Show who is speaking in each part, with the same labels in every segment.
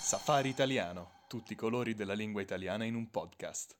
Speaker 1: Safari Italiano, tutti i colori della lingua italiana in un podcast.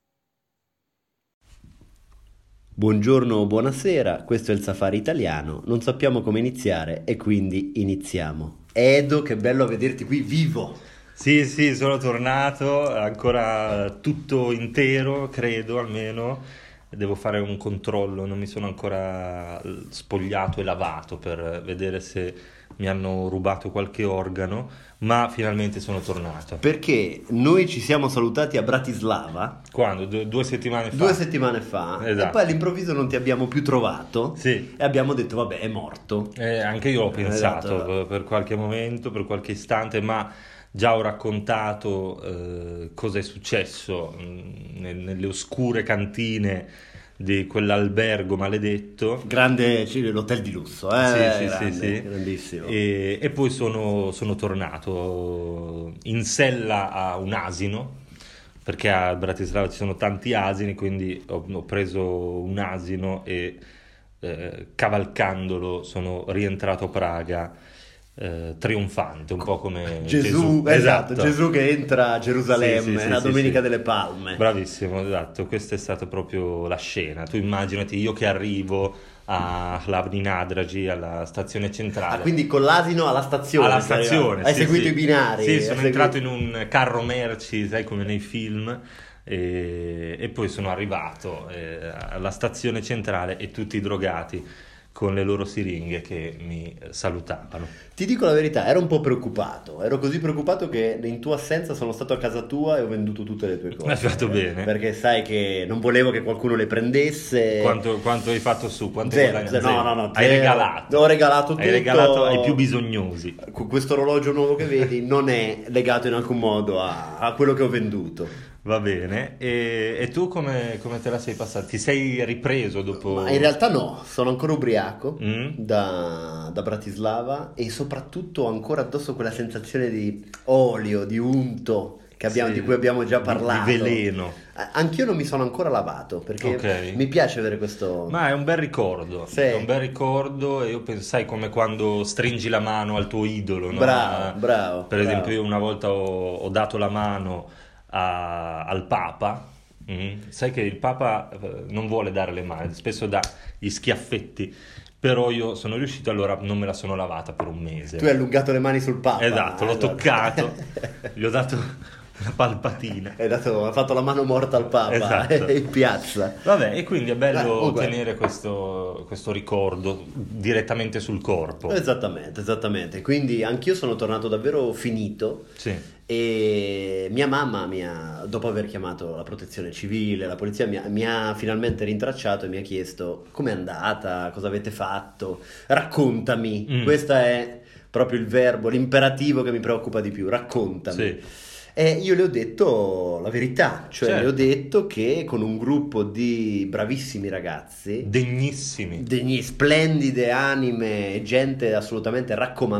Speaker 2: Buongiorno o buonasera, questo è il Safari Italiano, non sappiamo come iniziare e quindi iniziamo. Edo, che bello vederti qui vivo!
Speaker 3: Sì, sì, sono tornato, ancora tutto intero, credo almeno. Devo fare un controllo, non mi sono ancora eh, spogliato e lavato per vedere se mi hanno rubato qualche organo, ma finalmente sono tornato.
Speaker 2: Perché noi ci siamo salutati a Bratislava
Speaker 3: Quando? Due, due settimane fa?
Speaker 2: due settimane fa
Speaker 3: Esatto.
Speaker 2: e poi all'improvviso non ti abbiamo più trovato
Speaker 3: Sì.
Speaker 2: e abbiamo detto vabbè è morto.
Speaker 3: Eh, anche io l'ho pensato
Speaker 2: Esatto.
Speaker 3: per- per qualche momento, per qualche istante, ma già ho raccontato eh, cosa è successo mh, ne- nelle oscure cantine di quell'albergo maledetto.
Speaker 2: Grande sì, l'hotel di lusso, eh?
Speaker 3: Sì, sì,
Speaker 2: grande,
Speaker 3: sì, sì.
Speaker 2: Grandissimo.
Speaker 3: E, e poi sono, sono tornato in sella a un asino, perché a Bratislava ci sono tanti asini, quindi ho, ho preso un asino e eh, cavalcandolo sono rientrato a Praga eh, trionfante, un po' come
Speaker 2: Gesù, esatto, Gesù che entra a
Speaker 3: Sì, sì,
Speaker 2: Gerusalemme
Speaker 3: sì,
Speaker 2: la
Speaker 3: sì,
Speaker 2: Domenica
Speaker 3: sì.
Speaker 2: delle Palme.
Speaker 3: Bravissimo, esatto, questa è stata proprio la scena. Tu immaginati io che arrivo a Hlavni Nadragi, alla stazione centrale.
Speaker 2: Ah, quindi con l'asino alla stazione.
Speaker 3: alla
Speaker 2: sei
Speaker 3: stazione.
Speaker 2: arrivato. Hai
Speaker 3: sì,
Speaker 2: seguito
Speaker 3: sì.
Speaker 2: i binari.
Speaker 3: Sì,
Speaker 2: hai
Speaker 3: sono
Speaker 2: seguito-
Speaker 3: entrato in un carro merci, sai come nei film. E, e poi sono arrivato eh, alla stazione centrale e tutti i drogati con le loro siringhe che mi salutavano.
Speaker 2: Ti dico la verità, ero un po' preoccupato. Ero così preoccupato che in tua assenza sono stato a casa tua e ho venduto tutte le tue cose.
Speaker 3: Hai fatto bene.
Speaker 2: Perché sai che non volevo che qualcuno le prendesse.
Speaker 3: Quanto, quanto hai fatto su? Quanto hai
Speaker 2: Eh. Zero,
Speaker 3: guadagnato?
Speaker 2: zero. No, no, no,
Speaker 3: Hai
Speaker 2: zero.
Speaker 3: regalato.
Speaker 2: Ho regalato
Speaker 3: Hai
Speaker 2: tutto.
Speaker 3: regalato ai più bisognosi.
Speaker 2: Cu- Questo orologio nuovo che vedi non è legato in alcun modo a, a quello che ho venduto.
Speaker 3: Va bene. E, e tu come, come te la sei passata? Ti sei ripreso dopo...
Speaker 2: Ma in realtà no, sono ancora ubriaco
Speaker 3: Mm?
Speaker 2: da, da Bratislava e soprattutto ho ancora addosso quella sensazione di olio, di unto che abbiamo-
Speaker 3: Sì,
Speaker 2: di cui abbiamo già
Speaker 3: di-
Speaker 2: parlato.
Speaker 3: Di veleno.
Speaker 2: A- Anch'io non mi sono ancora lavato perché
Speaker 3: Ok.
Speaker 2: mi piace avere questo...
Speaker 3: Ma è un bel ricordo,
Speaker 2: Sì.
Speaker 3: è un bel ricordo e io pensai come quando stringi la mano al tuo idolo, no? Ah,
Speaker 2: Bravo, bravo.
Speaker 3: Per
Speaker 2: bravo.
Speaker 3: esempio io una volta ho, ho dato la mano a- al Papa, mm? sai che il Papa eh, non vuole dare le mani, spesso dà gli schiaffetti, però io sono riuscito allora non me la sono lavata per un mese.
Speaker 2: Tu hai allungato le mani sul papa.
Speaker 3: Esatto, l'ho
Speaker 2: Esatto.
Speaker 3: toccato, gli ho dato una palpatina.
Speaker 2: Hai dato- ha fatto la mano morta al papa
Speaker 3: Esatto.
Speaker 2: in piazza.
Speaker 3: Vabbè, e quindi è
Speaker 2: Eh,
Speaker 3: bello
Speaker 2: comunque-
Speaker 3: tenere questo, questo ricordo direttamente sul
Speaker 2: Esatto.
Speaker 3: corpo.
Speaker 2: Esattamente, esattamente. Quindi anch'io sono tornato davvero finito.
Speaker 3: Sì.
Speaker 2: E mia mamma, mi ha- dopo aver chiamato la protezione civile, la polizia, mi ha, mi ha finalmente rintracciato e mi ha chiesto com'è andata, cosa avete fatto, raccontami.
Speaker 3: Mm.
Speaker 2: Questo è proprio il verbo, l'imperativo che mi preoccupa di più, raccontami.
Speaker 3: Sì.
Speaker 2: E io le ho detto la verità, cioè
Speaker 3: Certo.
Speaker 2: le ho detto che con un gruppo di bravissimi ragazzi,
Speaker 3: Degnissimi.
Speaker 2: degli splendide anime, gente assolutamente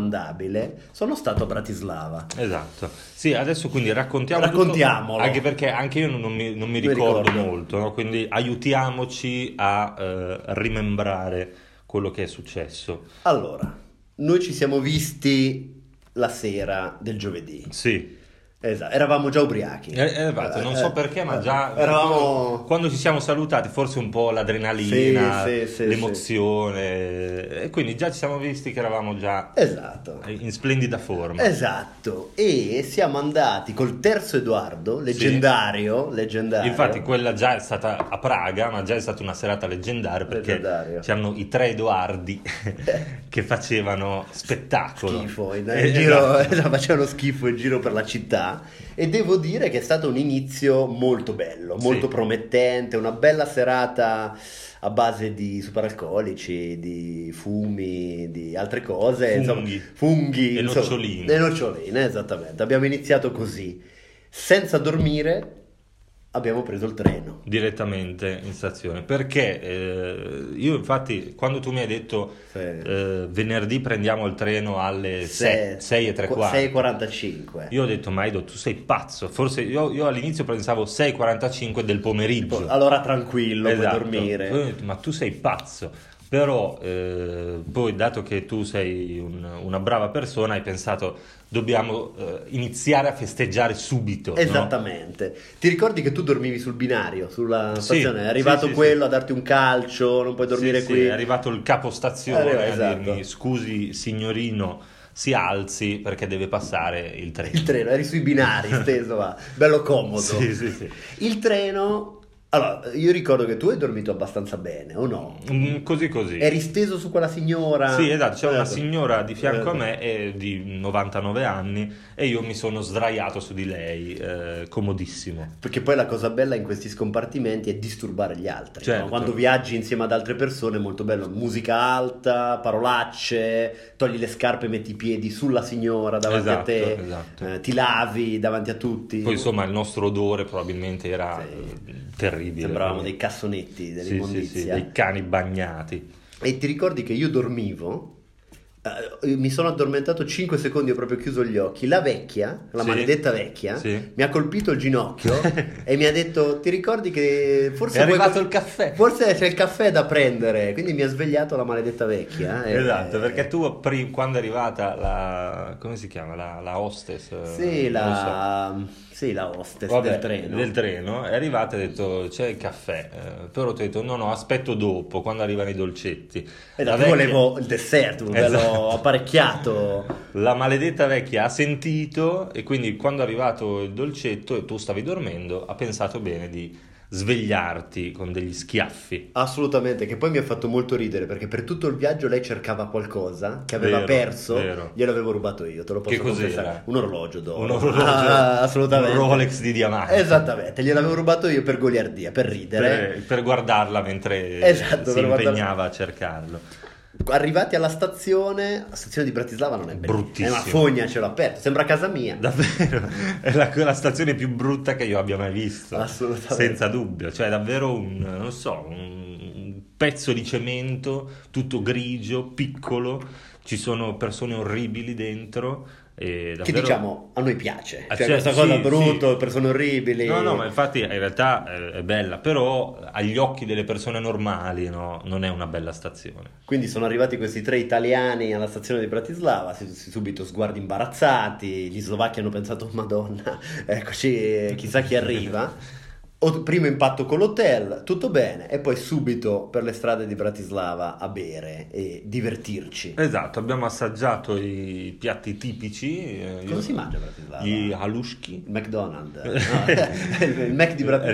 Speaker 2: raccomandabile, sono stato a Bratislava.
Speaker 3: Esatto. Sì, adesso quindi raccontiamo tutto,
Speaker 2: Raccontiamolo.
Speaker 3: anche perché anche io non mi, non mi
Speaker 2: Mi
Speaker 3: ricordo,
Speaker 2: ricordo.
Speaker 3: molto, no? quindi aiutiamoci a eh, rimembrare quello che è successo.
Speaker 2: Allora, noi ci siamo visti la sera del giovedì.
Speaker 3: Sì,
Speaker 2: Esatto, eravamo già ubriachi.
Speaker 3: Eh, eh, infatti, non so
Speaker 2: Eh,
Speaker 3: perché, ma
Speaker 2: eh,
Speaker 3: già quando,
Speaker 2: Eravamo...
Speaker 3: quando ci siamo salutati, forse un po' l'adrenalina,
Speaker 2: Sì, sì, sì,
Speaker 3: l'emozione, eh, e quindi già ci siamo visti che eravamo già
Speaker 2: Esatto.
Speaker 3: in splendida forma.
Speaker 2: Esatto, e siamo andati col terzo Edoardo, leggendario, leggendario.
Speaker 3: Infatti, quella già è stata a Praga, ma già è stata una serata leggendaria perché
Speaker 2: Leggendario.
Speaker 3: c'erano i tre Edoardi che facevano spettacolo.
Speaker 2: schifo, in,
Speaker 3: Eh,
Speaker 2: in giro,
Speaker 3: esatto.
Speaker 2: esatto, facevano schifo in giro per la città e devo dire che è stato un inizio molto bello,
Speaker 3: Sì.
Speaker 2: molto promettente, una bella serata a base di superalcolici, di fumi, di altre cose,
Speaker 3: Funghi.
Speaker 2: insomma, funghi,
Speaker 3: E
Speaker 2: insomma,
Speaker 3: noccioline.
Speaker 2: e noccioline, esattamente. Abbiamo iniziato così, senza dormire abbiamo preso il treno.
Speaker 3: Direttamente in stazione perché eh, io, infatti, quando tu mi hai detto
Speaker 2: Sì.
Speaker 3: eh, venerdì prendiamo il treno alle
Speaker 2: Se-
Speaker 3: 6, 6 e tre quarti,
Speaker 2: 6.45.
Speaker 3: io ho detto, ma Edo, tu sei pazzo. Forse io, io all'inizio pensavo 6.45 del pomeriggio.
Speaker 2: Allora tranquillo,
Speaker 3: Esatto.
Speaker 2: puoi dormire.
Speaker 3: Poi ho detto, ma tu sei pazzo. Però eh, poi, dato che tu sei un- una brava persona, hai pensato dobbiamo eh, iniziare a festeggiare subito. no?
Speaker 2: Esattamente. Ti ricordi che tu dormivi sul binario, sulla
Speaker 3: Sì,
Speaker 2: stazione? È
Speaker 3: sì,
Speaker 2: arrivato
Speaker 3: sì, sì.
Speaker 2: quello a darti un calcio, non puoi dormire
Speaker 3: Sì, sì,
Speaker 2: qui.
Speaker 3: è arrivato il capostazione
Speaker 2: Arriva,
Speaker 3: a
Speaker 2: esatto.
Speaker 3: dirmi scusi signorino, si alzi perché deve passare il treno.
Speaker 2: Il treno, eri sui binari, steso, va. Bello comodo.
Speaker 3: Sì, sì, sì.
Speaker 2: Il treno... Allora, io ricordo che tu hai dormito abbastanza bene, o no?
Speaker 3: Mm, Così così.
Speaker 2: Eri steso su quella signora.
Speaker 3: Sì, esatto, c'è una
Speaker 2: Eh,
Speaker 3: signora di fianco a
Speaker 2: eh,
Speaker 3: me eh, di 99 anni e io mi sono sdraiato su di lei, eh, comodissimo.
Speaker 2: Perché poi la cosa bella in questi scompartimenti è disturbare gli altri.
Speaker 3: Certo.
Speaker 2: no? Quando viaggi insieme ad altre persone è molto bello. Musica alta, parolacce, togli le scarpe, metti i piedi sulla signora davanti
Speaker 3: esatto,
Speaker 2: a te,
Speaker 3: esatto.
Speaker 2: eh, ti lavi davanti a tutti.
Speaker 3: Poi insomma il nostro odore probabilmente era
Speaker 2: Sì.
Speaker 3: eh, terribile.
Speaker 2: Sembravamo dei
Speaker 3: quindi-
Speaker 2: cassonetti
Speaker 3: Sì, sì, sì,
Speaker 2: dell'immondizia.
Speaker 3: dei cani bagnati.
Speaker 2: E ti ricordi che io dormivo? eh, mi sono addormentato 5 secondi, ho proprio chiuso gli occhi. La vecchia, la
Speaker 3: Sì.
Speaker 2: maledetta vecchia,
Speaker 3: Sì.
Speaker 2: mi ha colpito il ginocchio e mi ha detto: Ti ricordi che forse
Speaker 3: È
Speaker 2: vuoi-
Speaker 3: arrivato il caffè."
Speaker 2: Forse c'è il caffè da prendere. Quindi mi ha svegliato la maledetta vecchia. eh.
Speaker 3: Esatto, perché tu pri- quando è arrivata la... come si chiama? La, la hostess? eh,
Speaker 2: Sì,
Speaker 3: non lo so.
Speaker 2: la, sì, la hostess
Speaker 3: Vabbè,
Speaker 2: del treno.
Speaker 3: del treno, è arrivata e ha detto c'è il caffè, eh, però ti ho detto no no aspetto dopo quando arrivano i dolcetti.
Speaker 2: E
Speaker 3: La
Speaker 2: da-
Speaker 3: vecchia-
Speaker 2: volevo il dessert, un bello
Speaker 3: Esatto.
Speaker 2: apparecchiato.
Speaker 3: La maledetta vecchia ha sentito e quindi quando è arrivato il dolcetto e tu stavi dormendo ha pensato bene di svegliarti con degli schiaffi.
Speaker 2: Assolutamente, che poi mi ha fatto molto ridere perché per tutto il viaggio lei cercava qualcosa che aveva
Speaker 3: Vero,
Speaker 2: perso,
Speaker 3: vero.
Speaker 2: glielo avevo rubato io, te lo posso
Speaker 3: Che cos'era?
Speaker 2: confessare. Un orologio d'oro.
Speaker 3: Un orologio,
Speaker 2: Ah, assolutamente.
Speaker 3: un Rolex di diamanti.
Speaker 2: Esattamente, gliel'avevo rubato io per goliardia, per ridere.
Speaker 3: Per, per guardarla mentre
Speaker 2: Esatto,
Speaker 3: si
Speaker 2: per guardarla.
Speaker 3: impegnava a cercarlo.
Speaker 2: Arrivati alla stazione, la stazione di Bratislava non è bella.
Speaker 3: Bruttissima.
Speaker 2: È una fogna, ce l'ho aperto, sembra casa mia.
Speaker 3: Davvero, è la, la stazione più brutta che io abbia mai visto.
Speaker 2: Ah, Assolutamente.
Speaker 3: Senza dubbio, cioè davvero un, non so, un un pezzo di cemento tutto grigio, piccolo, ci sono persone orribili dentro. E davvero...
Speaker 2: Che diciamo a noi piace,
Speaker 3: Ah,
Speaker 2: cioè,
Speaker 3: cioè,
Speaker 2: questa
Speaker 3: sì,
Speaker 2: cosa brutto,
Speaker 3: sì.
Speaker 2: persone orribili.
Speaker 3: No, no, ma infatti in realtà eh, è bella, però agli occhi delle persone normali no, non è una bella stazione.
Speaker 2: Quindi sono arrivati questi tre italiani alla stazione di Bratislava, si, si- subito sguardi imbarazzati, gli slovacchi hanno pensato, madonna, eccoci, chissà chi arriva. O- primo impatto con l'hotel, tutto bene, e poi subito per le strade di Bratislava a bere e divertirci.
Speaker 3: Esatto, abbiamo assaggiato i piatti tipici. eh,
Speaker 2: Cosa
Speaker 3: io-
Speaker 2: si mangia a Bratislava?
Speaker 3: Gli halushki.
Speaker 2: Il McDonald's, no? il Mac di Bratislava.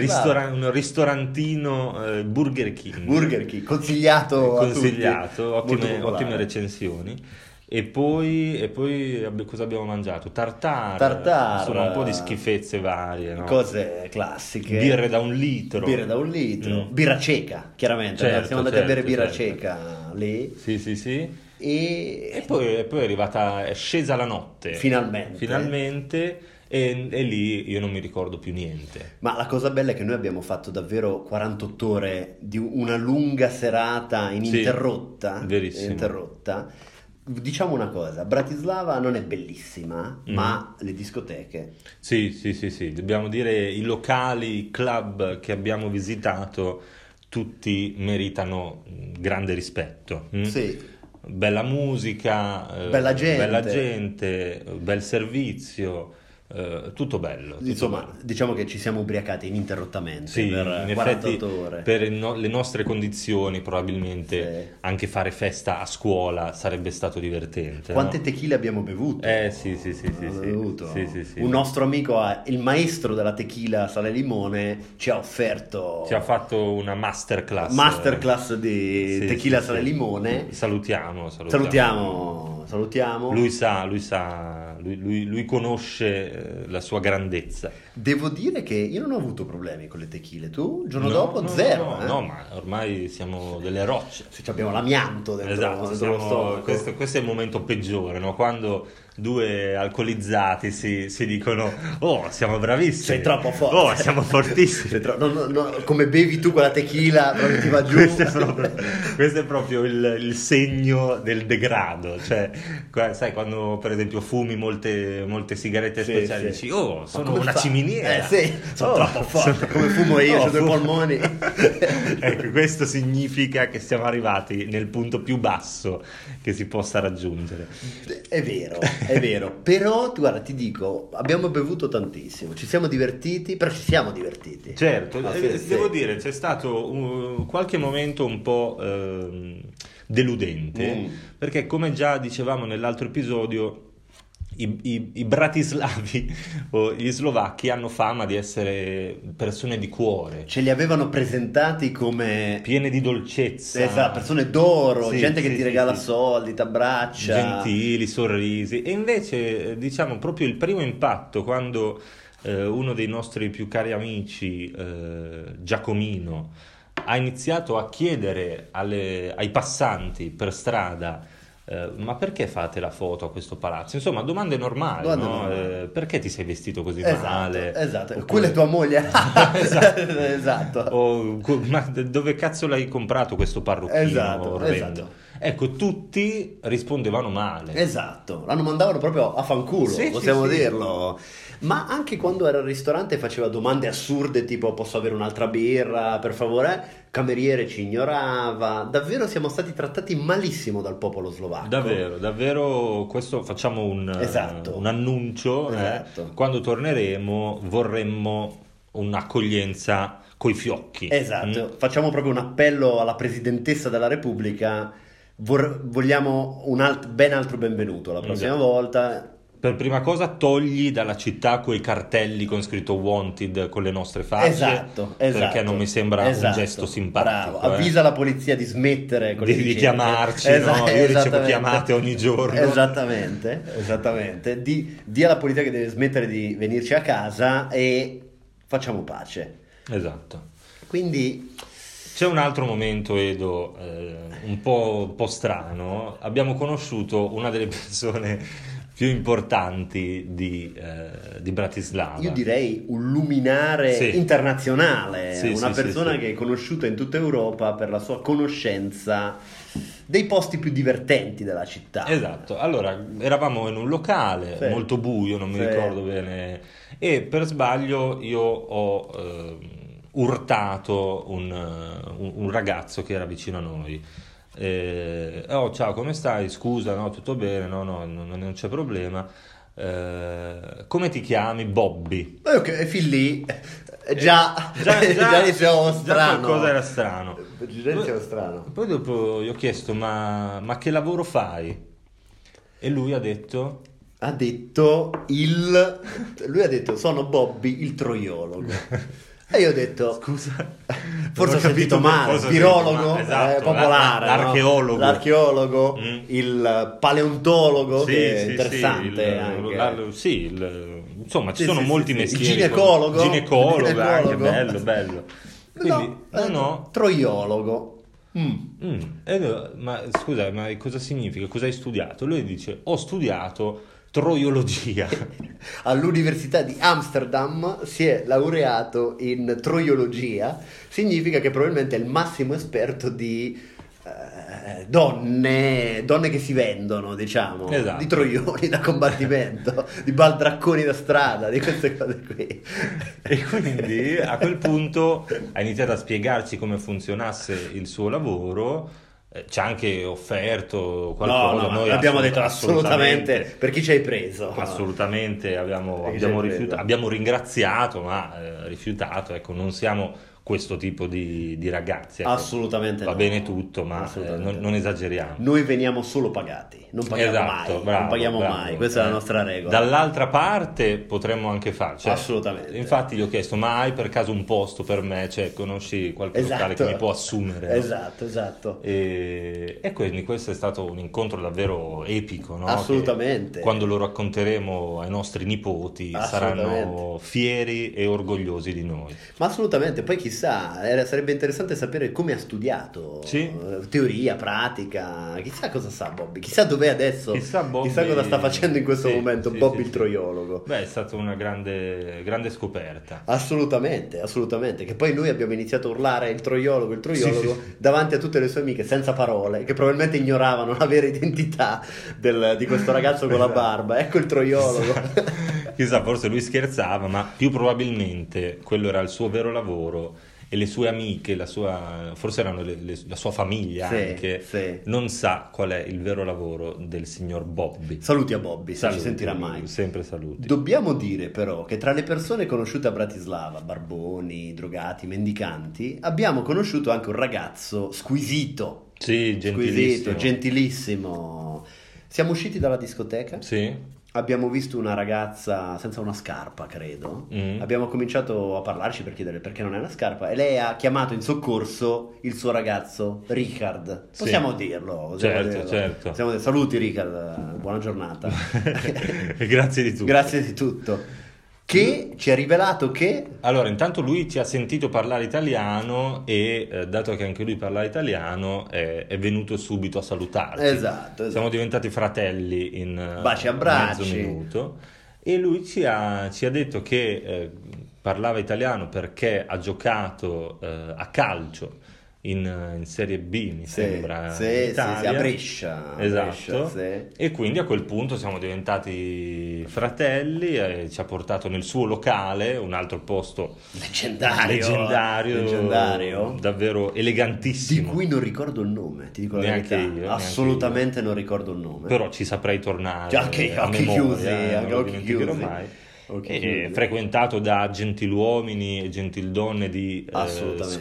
Speaker 3: Eh, Ristora- un ristorantino eh, Burger King.
Speaker 2: Burger King, consigliato a tutti.
Speaker 3: Consigliato,
Speaker 2: Molto
Speaker 3: ottime,
Speaker 2: popolare.
Speaker 3: ottime recensioni. E poi, e poi abbi- cosa abbiamo mangiato? Tartare.
Speaker 2: Tartare.
Speaker 3: Sono un po' di schifezze varie, no?
Speaker 2: Cose classiche.
Speaker 3: Birre da un litro.
Speaker 2: Birra da un litro,
Speaker 3: Mm.
Speaker 2: birra cieca, chiaramente.
Speaker 3: Certo,
Speaker 2: no? Siamo andati a
Speaker 3: certo,
Speaker 2: bere birra
Speaker 3: certo.
Speaker 2: cieca lì
Speaker 3: Sì, sì, sì.
Speaker 2: e,
Speaker 3: E poi, e poi è arrivata, è scesa la notte.
Speaker 2: Finalmente.
Speaker 3: Finalmente, E, e lì io non mi ricordo più niente.
Speaker 2: Ma la cosa bella è che noi abbiamo fatto davvero 48 ore di una lunga serata ininterrotta.
Speaker 3: Sì, verissimo.
Speaker 2: ininterrotta. Diciamo una cosa, Bratislava non è bellissima,
Speaker 3: Mm.
Speaker 2: ma le discoteche
Speaker 3: Sì, sì, sì, sì. Dobbiamo dire i locali, i club che abbiamo visitato, tutti meritano mm, grande rispetto. mm?
Speaker 2: Sì.
Speaker 3: Bella musica, eh,
Speaker 2: Bella gente.
Speaker 3: bella gente, eh, bel servizio, eh, tutto bello. tutto
Speaker 2: Insomma,
Speaker 3: bello.
Speaker 2: diciamo che ci siamo ubriacati ininterrottamente
Speaker 3: Sì,
Speaker 2: per
Speaker 3: in
Speaker 2: 48
Speaker 3: effetti
Speaker 2: ore.
Speaker 3: per il no- le nostre condizioni probabilmente
Speaker 2: Sì.
Speaker 3: anche fare festa a scuola sarebbe stato divertente.
Speaker 2: Quante
Speaker 3: no?
Speaker 2: tequila abbiamo bevuto?
Speaker 3: Eh, sì, sì, sì, sì,
Speaker 2: Abbiamo
Speaker 3: sì.
Speaker 2: bevuto.
Speaker 3: Sì, sì, sì.
Speaker 2: Un nostro amico, ha- il maestro della tequila Sale Limone, ci ha offerto
Speaker 3: Ci ha fatto una masterclass. eh,
Speaker 2: masterclass di
Speaker 3: Sì,
Speaker 2: tequila
Speaker 3: sì,
Speaker 2: Sale
Speaker 3: sì.
Speaker 2: Limone.
Speaker 3: Salutiamo, salutiamo.
Speaker 2: Salutiamo, salutiamo.
Speaker 3: Lui sa, lui sa, lui, lui- lui conosce eh, la sua grandezza.
Speaker 2: Devo dire che io non ho avuto problemi con le tequile, tu? Il giorno
Speaker 3: No,
Speaker 2: dopo
Speaker 3: no,
Speaker 2: zero.
Speaker 3: No,
Speaker 2: eh?
Speaker 3: no, ma ormai siamo delle rocce.
Speaker 2: Se ci abbiamo l'amianto dentro,
Speaker 3: Esatto,
Speaker 2: dentro
Speaker 3: siamo-
Speaker 2: lo stomaco.
Speaker 3: questo, questo è il momento peggiore, no? quando due alcolizzati si, si dicono oh siamo bravissimi,
Speaker 2: Sei troppo forte.
Speaker 3: oh siamo
Speaker 2: Sei
Speaker 3: fortissimi,
Speaker 2: tro- no, no, no, come bevi tu quella tequila, proprio ti va giù.
Speaker 3: Questo è proprio, questo è proprio il, il segno del degrado. Cioè, qua- sai, quando per esempio fumi molte, molte sigarette
Speaker 2: Sì,
Speaker 3: speciali
Speaker 2: sì.
Speaker 3: dici, oh,
Speaker 2: Ma
Speaker 3: sono
Speaker 2: come
Speaker 3: una
Speaker 2: fa?"
Speaker 3: ciminiera.
Speaker 2: Eh sì, sono
Speaker 3: Oh,
Speaker 2: troppo forte, come fumo io,
Speaker 3: Oh,
Speaker 2: ho due
Speaker 3: fumo.
Speaker 2: polmoni.
Speaker 3: ecco, questo significa che siamo arrivati nel punto più basso che si possa raggiungere.
Speaker 2: È vero, è vero, però tu guarda, ti dico, abbiamo bevuto tantissimo, ci siamo divertiti, però ci siamo divertiti.
Speaker 3: Certo,
Speaker 2: Alla
Speaker 3: eh,
Speaker 2: fine, Ah, sì.
Speaker 3: devo dire, c'è stato un- qualche momento un po' ehm, deludente,
Speaker 2: Mm.
Speaker 3: perché come già dicevamo nell'altro episodio, i, i- i bratislavi o gli slovacchi hanno fama di essere persone di cuore,
Speaker 2: Ce li avevano presentati come
Speaker 3: piene di dolcezza,
Speaker 2: esatto, persone d'oro,
Speaker 3: Sì,
Speaker 2: gente che
Speaker 3: sì,
Speaker 2: ti
Speaker 3: sì,
Speaker 2: regala
Speaker 3: sì.
Speaker 2: soldi, ti abbraccia.
Speaker 3: gentili, sorrisi. E invece, eh, diciamo, proprio il primo impatto quando eh, uno dei nostri più cari amici, eh, Giacomino, ha iniziato a chiedere alle- ai passanti per strada. eh, ma perché fate la foto a questo palazzo? Insomma, domande normali,
Speaker 2: Domande
Speaker 3: no?
Speaker 2: normali.
Speaker 3: Eh, perché ti sei vestito così
Speaker 2: Esatto,
Speaker 3: male?
Speaker 2: esatto.
Speaker 3: Oppure-
Speaker 2: Quella è tua moglie.
Speaker 3: Esatto.
Speaker 2: Esatto.
Speaker 3: O, co- ma dove cazzo l'hai comprato questo parrucchino
Speaker 2: Esatto,
Speaker 3: orrendo?
Speaker 2: esatto.
Speaker 3: Ecco, tutti rispondevano male.
Speaker 2: Esatto, l'hanno mandato proprio a fanculo,
Speaker 3: Sì, sì,
Speaker 2: possiamo
Speaker 3: sì.
Speaker 2: dirlo. Ma anche quando era al ristorante faceva domande assurde tipo posso avere un'altra birra, per favore? Cameriere ci ignorava. Davvero siamo stati trattati malissimo dal popolo slovacco.
Speaker 3: Davvero, davvero, questo facciamo un,
Speaker 2: Esatto.
Speaker 3: un annuncio. eh.
Speaker 2: Esatto.
Speaker 3: Quando torneremo vorremmo un'accoglienza coi fiocchi.
Speaker 2: Esatto,
Speaker 3: Mm?
Speaker 2: facciamo proprio un appello alla presidentessa della Repubblica. Vor- vogliamo un alt- ben altro benvenuto la prossima
Speaker 3: Esatto.
Speaker 2: volta.
Speaker 3: Per prima cosa togli dalla città quei cartelli con scritto wanted con le nostre facce.
Speaker 2: esatto, esatto.
Speaker 3: Perché non mi sembra un
Speaker 2: Esatto,
Speaker 3: gesto simpatico.
Speaker 2: Bravo.
Speaker 3: eh.
Speaker 2: Avvisa la polizia di smettere con
Speaker 3: Di-
Speaker 2: le
Speaker 3: di
Speaker 2: vicende.
Speaker 3: chiamarci, no? Io ricevo
Speaker 2: esattamente.
Speaker 3: chiamate ogni giorno.
Speaker 2: Esattamente, esattamente. Di, di alla polizia che deve smettere di venirci a casa e facciamo pace.
Speaker 3: Esatto.
Speaker 2: Quindi
Speaker 3: C'è un altro momento, Edo, eh, un po', un po' strano. Abbiamo conosciuto una delle persone più importanti di, eh, di Bratislava.
Speaker 2: io direi un luminare
Speaker 3: Sì.
Speaker 2: internazionale,
Speaker 3: Sì,
Speaker 2: una
Speaker 3: sì, sì,
Speaker 2: persona
Speaker 3: sì.
Speaker 2: che è conosciuta in tutta Europa per la sua conoscenza dei posti più divertenti della città.
Speaker 3: Esatto, allora eravamo in un locale
Speaker 2: Sì.
Speaker 3: molto buio, non mi
Speaker 2: Sì.
Speaker 3: ricordo bene, e per sbaglio io ho ehm, urtato un, eh, un- un ragazzo che era vicino a noi. Eh, oh, ciao, come stai? Scusa, no, tutto bene, no, no, non, non c'è problema. Eh, come ti chiami? Bobby.
Speaker 2: Poi ok, e fin lì eh, già, già, iniziamo
Speaker 3: già
Speaker 2: strano. Eh,
Speaker 3: qualcosa era strano.
Speaker 2: Già iniziamo strano.
Speaker 3: Poi dopo gli ho chiesto, ma, ma che lavoro fai? E lui ha detto...
Speaker 2: Ha detto il... Lui ha detto sono Bobby il troiologo. E io ho detto...
Speaker 3: Scusa,
Speaker 2: Forse ho,
Speaker 3: non
Speaker 2: sentito
Speaker 3: capito,
Speaker 2: male,
Speaker 3: forse ho sentito
Speaker 2: spirologo,
Speaker 3: male, esatto,
Speaker 2: eh, popolare,
Speaker 3: la-
Speaker 2: no?
Speaker 3: l'archeologo.
Speaker 2: l'archeologo,
Speaker 3: Mm.
Speaker 2: il paleontologo,
Speaker 3: Sì,
Speaker 2: che è
Speaker 3: sì,
Speaker 2: interessante
Speaker 3: sì, il-
Speaker 2: anche.
Speaker 3: la- sì, il- insomma, ci
Speaker 2: Sì,
Speaker 3: sono
Speaker 2: sì,
Speaker 3: molti
Speaker 2: sì, sì. Il
Speaker 3: mestieri.
Speaker 2: ginecologo.
Speaker 3: ginecologo,
Speaker 2: Il
Speaker 3: anche,
Speaker 2: ginecologo.
Speaker 3: bello, bello. Quindi,
Speaker 2: no,
Speaker 3: no,
Speaker 2: eh,
Speaker 3: no.
Speaker 2: Troiologo. Mm.
Speaker 3: mm, e lui, ma scusa, ma cosa significa? Cosa hai studiato? Lui dice, ho studiato troiologia.
Speaker 2: All'Università di Amsterdam si è laureato in troiologia, significa che probabilmente è il massimo esperto di eh, donne, donne che si vendono, diciamo,
Speaker 3: Esatto.
Speaker 2: di troioni da combattimento, di baldracconi da strada, di queste cose qui.
Speaker 3: E quindi a quel punto ha iniziato a spiegarci come funzionasse il suo lavoro, eh, ci ha anche offerto qualcosa.
Speaker 2: no, no,
Speaker 3: noi
Speaker 2: abbiamo
Speaker 3: assolut-
Speaker 2: detto assolutamente, per chi ci hai preso?
Speaker 3: Assolutamente, abbiamo,
Speaker 2: Ah. Perché
Speaker 3: abbiamo
Speaker 2: c'è il
Speaker 3: rifiuta-
Speaker 2: freddo.
Speaker 3: abbiamo ringraziato, ma eh, rifiutato, ecco, non siamo questo tipo di, di ragazzi. ecco.
Speaker 2: Assolutamente
Speaker 3: Va
Speaker 2: no.
Speaker 3: bene tutto, ma eh,
Speaker 2: Assolutamente
Speaker 3: non,
Speaker 2: no.
Speaker 3: non esageriamo.
Speaker 2: Noi veniamo solo pagati, non paghiamo
Speaker 3: Esatto,
Speaker 2: mai,
Speaker 3: bravo,
Speaker 2: non paghiamo
Speaker 3: bravo.
Speaker 2: mai, questa è la
Speaker 3: Eh,
Speaker 2: nostra regola.
Speaker 3: Dall'altra parte potremmo anche farci.
Speaker 2: Assolutamente.
Speaker 3: cioè, Infatti gli ho chiesto, ma hai per caso un posto per me? Cioè, conosci qualche locale che mi può assumere? no?
Speaker 2: Esatto, esatto.
Speaker 3: E, e quindi questo è stato un incontro davvero epico, no?
Speaker 2: Assolutamente.
Speaker 3: Che quando lo racconteremo ai nostri nipoti
Speaker 2: Assolutamente.
Speaker 3: saranno fieri e orgogliosi di noi.
Speaker 2: Ma assolutamente, poi chi chissà, era- sarebbe interessante sapere come ha studiato,
Speaker 3: Sì.
Speaker 2: eh, teoria, pratica, chissà cosa sa Bobby, chissà dov'è adesso,
Speaker 3: Chissà, Bobby-
Speaker 2: Esatto. chissà cosa sta facendo in questo
Speaker 3: Sì,
Speaker 2: momento
Speaker 3: sì,
Speaker 2: Bobby
Speaker 3: sì,
Speaker 2: il
Speaker 3: sì.
Speaker 2: troiologo.
Speaker 3: Beh, è stata una grande, grande scoperta.
Speaker 2: Ah, Assolutamente, assolutamente, che poi noi abbiamo iniziato a urlare il troiologo, il troiologo
Speaker 3: Sì,
Speaker 2: davanti a tutte le sue amiche senza parole, che probabilmente ignoravano la vera identità del- di questo ragazzo con la
Speaker 3: Esatto.
Speaker 2: barba, ecco il troiologo.
Speaker 3: Chissà, chissà, forse lui scherzava, ma più probabilmente quello era il suo vero lavoro e le sue amiche, la sua, forse erano le- le- la sua famiglia
Speaker 2: Sì,
Speaker 3: anche,
Speaker 2: sì.
Speaker 3: non sa qual è il vero lavoro del signor Bobby.
Speaker 2: Saluti a Bobby, se
Speaker 3: Saluti,
Speaker 2: ci sentirà mai.
Speaker 3: Sempre saluti.
Speaker 2: Dobbiamo dire però che tra le persone conosciute a Bratislava, barboni, drogati, mendicanti, abbiamo conosciuto anche un ragazzo squisito,
Speaker 3: sì,
Speaker 2: squisito,
Speaker 3: gentilissimo.
Speaker 2: gentilissimo. Siamo usciti dalla discoteca,
Speaker 3: sì,
Speaker 2: abbiamo visto una ragazza senza una scarpa, credo.
Speaker 3: Mm.
Speaker 2: Abbiamo cominciato a parlarci per chiedere perché non è una scarpa e lei ha chiamato in soccorso il suo ragazzo Richard.
Speaker 3: Sì.
Speaker 2: Possiamo dirlo, possiamo
Speaker 3: Certo,
Speaker 2: dirlo.
Speaker 3: certo.
Speaker 2: Possiamo dire- Saluti Richard, buona giornata.
Speaker 3: grazie di tutto.
Speaker 2: Grazie di tutto. Che ci ha rivelato che
Speaker 3: Allora, intanto lui ti ha sentito parlare italiano e eh, dato che anche lui parla italiano eh, è venuto subito a salutarti.
Speaker 2: Esatto, esatto.
Speaker 3: Ah, Siamo diventati fratelli in eh,
Speaker 2: Baci e abbracci.
Speaker 3: mezzo minuto e lui ci ha, ci ha detto che eh, parlava italiano perché ha giocato eh, a calcio in, eh, in Serie B, mi
Speaker 2: Sì,
Speaker 3: sembra,
Speaker 2: sì,
Speaker 3: in
Speaker 2: sì, sì,
Speaker 3: Italia.
Speaker 2: a Brescia, a
Speaker 3: Esatto.
Speaker 2: Brescia, sì.
Speaker 3: E quindi a quel punto siamo diventati fratelli, eh, ci ha portato nel suo locale, un altro posto
Speaker 2: leggendario,
Speaker 3: leggendario,
Speaker 2: leggendario,
Speaker 3: davvero
Speaker 2: di
Speaker 3: elegantissimo.
Speaker 2: cui non ricordo il nome, ti dico la
Speaker 3: Neanche
Speaker 2: verità,
Speaker 3: io, neanche
Speaker 2: assolutamente non ricordo il nome.
Speaker 3: Però ci saprei tornare.
Speaker 2: Già, anche io,
Speaker 3: a
Speaker 2: occhi
Speaker 3: memoria,
Speaker 2: chiusi,
Speaker 3: eh, non
Speaker 2: anche
Speaker 3: lo
Speaker 2: occhi
Speaker 3: dimenticherò
Speaker 2: chiusi.
Speaker 3: mai.
Speaker 2: Occhi
Speaker 3: E-
Speaker 2: chiusi.
Speaker 3: e frequentato da gentiluomini e gentildonne di eh,
Speaker 2: Assolutamente.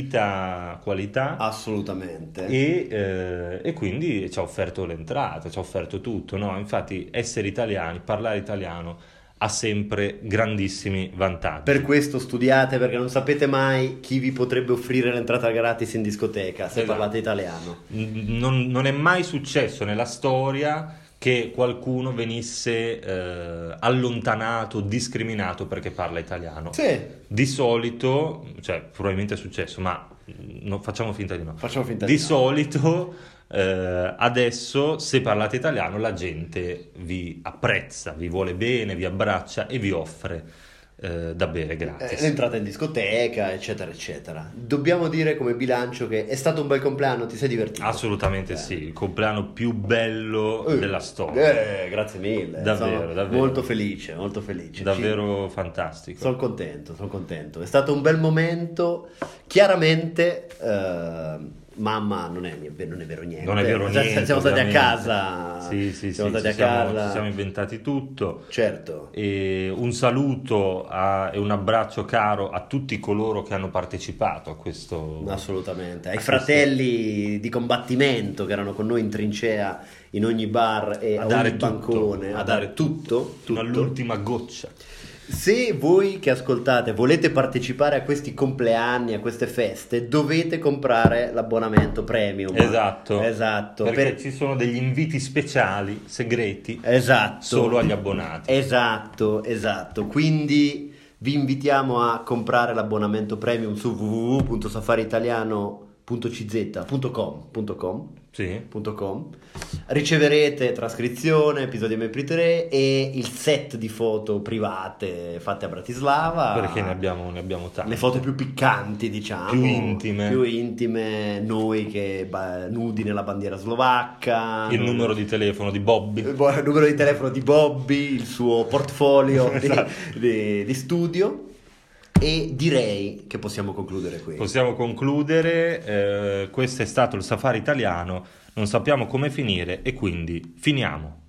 Speaker 3: squisita qualità.
Speaker 2: assolutamente.
Speaker 3: E, eh, e quindi ci ha offerto l'entrata, ci ha offerto tutto, no? Infatti essere italiani, parlare italiano ha sempre grandissimi vantaggi.
Speaker 2: Per questo studiate perché non sapete mai chi vi potrebbe offrire l'entrata gratis in discoteca se
Speaker 3: Esatto.
Speaker 2: parlate italiano.
Speaker 3: Non, non è mai successo nella storia che qualcuno venisse eh, allontanato, discriminato perché parla italiano.
Speaker 2: Sì,
Speaker 3: Di solito, cioè probabilmente è successo, ma non, facciamo finta di no.
Speaker 2: facciamo finta
Speaker 3: Di
Speaker 2: no.
Speaker 3: solito eh, adesso se parlate italiano la gente vi apprezza, vi vuole bene, vi abbraccia e vi offre eh, da bere
Speaker 2: Eh,
Speaker 3: gratis.
Speaker 2: L'entrata in discoteca, eccetera, eccetera. Dobbiamo dire come bilancio che è stato un bel compleanno, ti sei divertito?
Speaker 3: Assolutamente
Speaker 2: Eh.
Speaker 3: sì, il compleanno più bello
Speaker 2: Eh,
Speaker 3: della storia.
Speaker 2: eh, grazie mille.
Speaker 3: Davvero,
Speaker 2: Sono
Speaker 3: davvero.
Speaker 2: Molto felice, molto felice.
Speaker 3: Davvero fantastico.
Speaker 2: Sono contento, sono contento. È stato un bel momento. Chiaramente, eh, mamma, non è, non è vero niente.
Speaker 3: Non è vero
Speaker 2: Cioè,
Speaker 3: niente.
Speaker 2: Siamo stati a
Speaker 3: ovviamente.
Speaker 2: casa.
Speaker 3: Sì, sì,
Speaker 2: Siamo
Speaker 3: sì,
Speaker 2: stati
Speaker 3: ci
Speaker 2: a
Speaker 3: siamo-
Speaker 2: casa.
Speaker 3: ci siamo inventati tutto.
Speaker 2: Certo.
Speaker 3: E un saluto a- e un abbraccio caro a tutti coloro che hanno partecipato a questo.
Speaker 2: Assolutamente, ai
Speaker 3: a
Speaker 2: fratelli di combattimento che erano con noi in trincea in ogni bar e
Speaker 3: A
Speaker 2: a
Speaker 3: dare
Speaker 2: ogni
Speaker 3: tutto,
Speaker 2: bancone a dare tutto,
Speaker 3: fino
Speaker 2: tutto.
Speaker 3: all'ultima goccia.
Speaker 2: Se voi che ascoltate volete partecipare a questi compleanni, a queste feste, dovete comprare l'abbonamento premium.
Speaker 3: Esatto.
Speaker 2: Esatto.
Speaker 3: Perché
Speaker 2: per-
Speaker 3: ci sono degli inviti speciali, segreti,
Speaker 2: Esatto.
Speaker 3: solo agli abbonati.
Speaker 2: Esatto, esatto. Quindi vi invitiamo a comprare l'abbonamento premium su www.safariitaliano.cz.com.com
Speaker 3: Sì.
Speaker 2: www.radioticino.com. riceverete trascrizione, episodi MP3 e il set di foto private fatte a Bratislava.
Speaker 3: Perché ne abbiamo, ne abbiamo tante.
Speaker 2: Le foto più piccanti, diciamo.
Speaker 3: Più intime.
Speaker 2: Più intime, noi che ba- nudi nella bandiera slovacca.
Speaker 3: Il numero di telefono di Bobby.
Speaker 2: Il bo- il numero di telefono di Bobby, il suo portfolio di-
Speaker 3: Esatto.
Speaker 2: di- di studio. E direi che possiamo concludere qui.
Speaker 3: Possiamo concludere, eh, questo è stato il safari italiano, non sappiamo come finire e quindi finiamo.